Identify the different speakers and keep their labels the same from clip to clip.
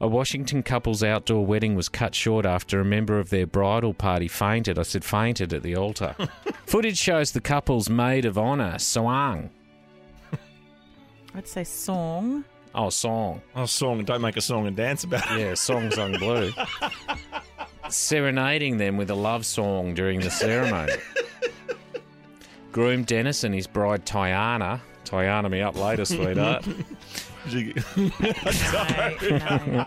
Speaker 1: A Washington couple's outdoor wedding was cut short after a member of their bridal party fainted. I said fainted at the altar. Footage shows the couple's maid of honour, Soang.
Speaker 2: I'd say song.
Speaker 1: Oh, Song.
Speaker 3: Oh, song. Don't make a song and dance about it.
Speaker 1: Yeah, songs on blue. Serenading them with a love song during the ceremony. Groom Dennis and his bride Tiana. Tiana me up later, sweetheart.
Speaker 2: No, no.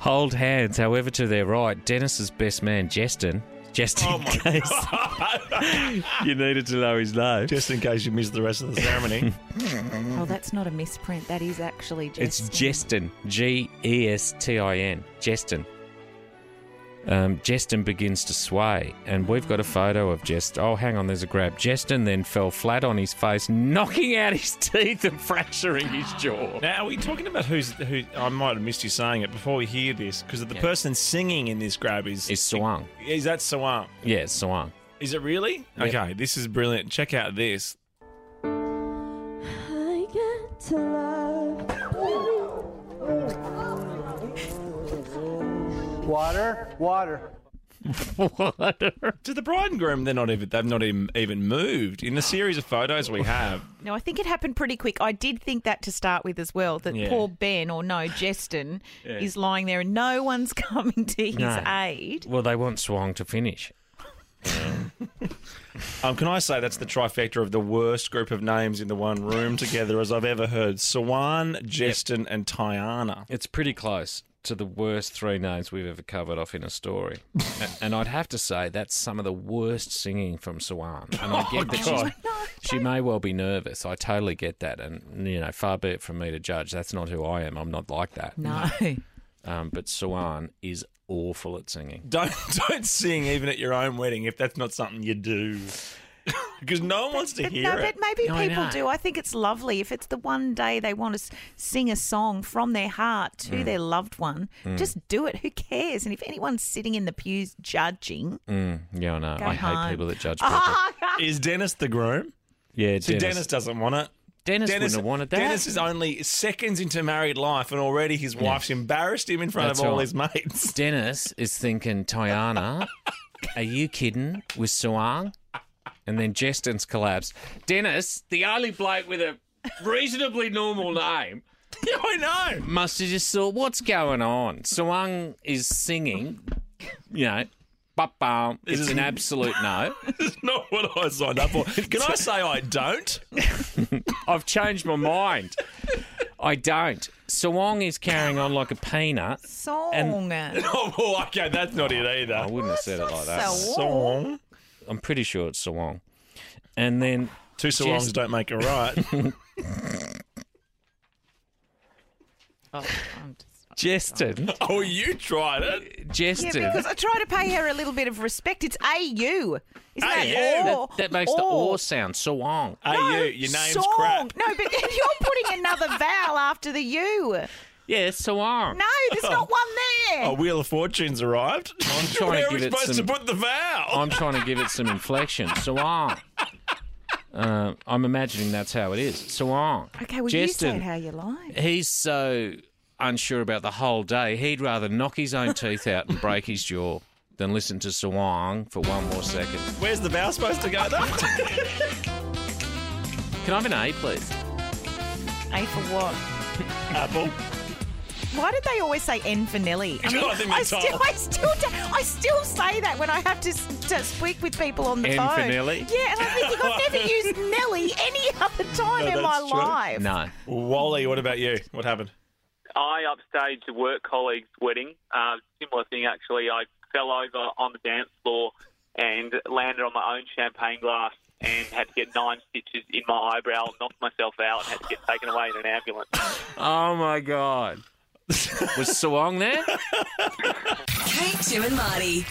Speaker 1: Hold hands, however, to their right, Dennis's best man, Jeston. Just in case you needed to know his name.
Speaker 3: Just in case you missed the rest of the ceremony.
Speaker 2: Oh, that's not a misprint. That is actually
Speaker 1: It's
Speaker 2: just.
Speaker 1: Jeston. G E S T I N. Jeston. Um, Jeston begins to sway, and we've got a photo of Jest. Oh, hang on, there's a grab. Jeston then fell flat on his face, knocking out his teeth and fracturing his jaw.
Speaker 3: now, are we talking about who's who? I might have missed you saying it before we hear this because the person singing in this grab is
Speaker 1: Is Swang.
Speaker 3: Is that Sawam?
Speaker 1: Yeah, Swang.
Speaker 3: Is it really? Okay, this is brilliant. Check out this.
Speaker 4: I get to love.
Speaker 5: Water, water.
Speaker 3: To the bride and groom, they're not even they've not even, even moved. In the series of photos we have,
Speaker 2: No, I think it happened pretty quick. I did think that to start with as well. That
Speaker 3: Yeah.
Speaker 2: poor Ben, or no, Jeston, is lying there and no one's coming to his
Speaker 1: No.
Speaker 2: aid.
Speaker 1: Well, they want Swang to finish.
Speaker 3: um, can I say that's the trifecta of the worst group of names in the one room together as I've ever heard? Sawan, Jeston, and Tiana.
Speaker 1: It's pretty close to the worst three names we've ever covered off in a story. A- and I'd have to say that's some of the worst singing from Sawan. And I get that she's, she may well be nervous. I totally get that. And, you know, far be it from me to judge. That's not who I am. I'm not like that.
Speaker 2: No.
Speaker 1: Um, but Sawan is awful at singing.
Speaker 3: Don't don't sing even at your own wedding if that's not something you do, because no one wants to
Speaker 2: But,
Speaker 3: hear
Speaker 2: no,
Speaker 3: it.
Speaker 2: but maybe
Speaker 1: No, I
Speaker 2: people
Speaker 1: know.
Speaker 2: do. I think it's lovely if it's the one day they want to s- sing a song from their heart to
Speaker 1: Mm.
Speaker 2: their loved one. Just do it. Who cares? And if anyone's sitting in the pews judging,
Speaker 1: Mm, yeah, I know.
Speaker 2: Go
Speaker 1: I hate
Speaker 2: home. Ah!
Speaker 1: people that judge people.
Speaker 3: Is Dennis the groom?
Speaker 1: Yeah, Dennis.
Speaker 3: See, Dennis,
Speaker 1: Dennis,
Speaker 3: doesn't want it.
Speaker 1: wouldn't have wanted that.
Speaker 3: Dennis is only seconds into married life, and already his wife's embarrassed him in front
Speaker 1: That's
Speaker 3: of all
Speaker 1: right.
Speaker 3: his mates.
Speaker 1: Dennis is thinking, Tiana, are you kidding with Suang? And then Jeston's collapsed. Dennis, the only bloke with a reasonably normal name,
Speaker 3: yeah, I know.
Speaker 1: must have just thought, what's going on? Suang is singing, you know, bum. It's an absolute no.
Speaker 3: It's not what I signed up for. Can I say I don't?
Speaker 1: I've changed my mind. I don't. Suang is carrying on like a peanut.
Speaker 2: song.
Speaker 3: Oh, well, okay, that's not it
Speaker 1: I
Speaker 3: either.
Speaker 1: wouldn't have said it
Speaker 3: Oh,
Speaker 1: like that.
Speaker 2: So what?
Speaker 1: Oh,
Speaker 3: Song.
Speaker 1: I'm pretty sure it's Suang. And then
Speaker 3: Two so longs don't make a right.
Speaker 2: Oh, I'm just-
Speaker 1: Jeston.
Speaker 3: oh, you tried it.
Speaker 2: Yeah,
Speaker 1: Jeston.
Speaker 2: because I try to pay her a little bit of respect. It's AU. Isn't
Speaker 3: AU?
Speaker 2: that
Speaker 1: That,
Speaker 2: or?
Speaker 1: that makes the
Speaker 2: Or.
Speaker 1: or sound. So long.
Speaker 3: Hey,
Speaker 2: No,
Speaker 3: you, your name's
Speaker 2: song.
Speaker 3: crap.
Speaker 2: No, but you're putting another vowel after the U.
Speaker 1: Yeah, so on.
Speaker 2: No, there's not one there.
Speaker 3: A Wheel of Fortune's arrived. I'm
Speaker 1: trying
Speaker 3: Where
Speaker 1: to
Speaker 3: are we
Speaker 1: give it
Speaker 3: supposed
Speaker 1: some-
Speaker 3: to put the vowel?
Speaker 1: I'm trying to give it some inflection. So on. Uh, I'm imagining that's how it is. So on.
Speaker 2: Okay, well, you say it how you like.
Speaker 1: He's so unsure about the whole day, he'd rather knock his own teeth out and break his jaw than listen to Sawang for one more second.
Speaker 3: Where's the vowel supposed to go, though?
Speaker 1: Can I have an A, please?
Speaker 2: A for what?
Speaker 3: Apple.
Speaker 2: Why did they always say N for Nelly? I
Speaker 3: I think
Speaker 2: I
Speaker 3: they're
Speaker 2: still,
Speaker 3: told.
Speaker 2: I still, do- I still say that when I have to, s- to speak with people on the
Speaker 1: N
Speaker 2: phone.
Speaker 1: for Nelly?
Speaker 2: Yeah, and I'm thinking I've never used Nelly any other time
Speaker 3: No,
Speaker 2: in my
Speaker 3: that's true.
Speaker 2: life.
Speaker 1: No.
Speaker 3: Wally, what about you? What happened?
Speaker 6: I upstaged a work colleague's wedding. Uh, similar thing, actually. I fell over on the dance floor and landed on my own champagne glass and had to get nine stitches in my eyebrow, knocked myself out, and had to get taken away in an ambulance.
Speaker 1: Oh, my God. Was Sawang there?
Speaker 7: Kate, Jim, and Marty.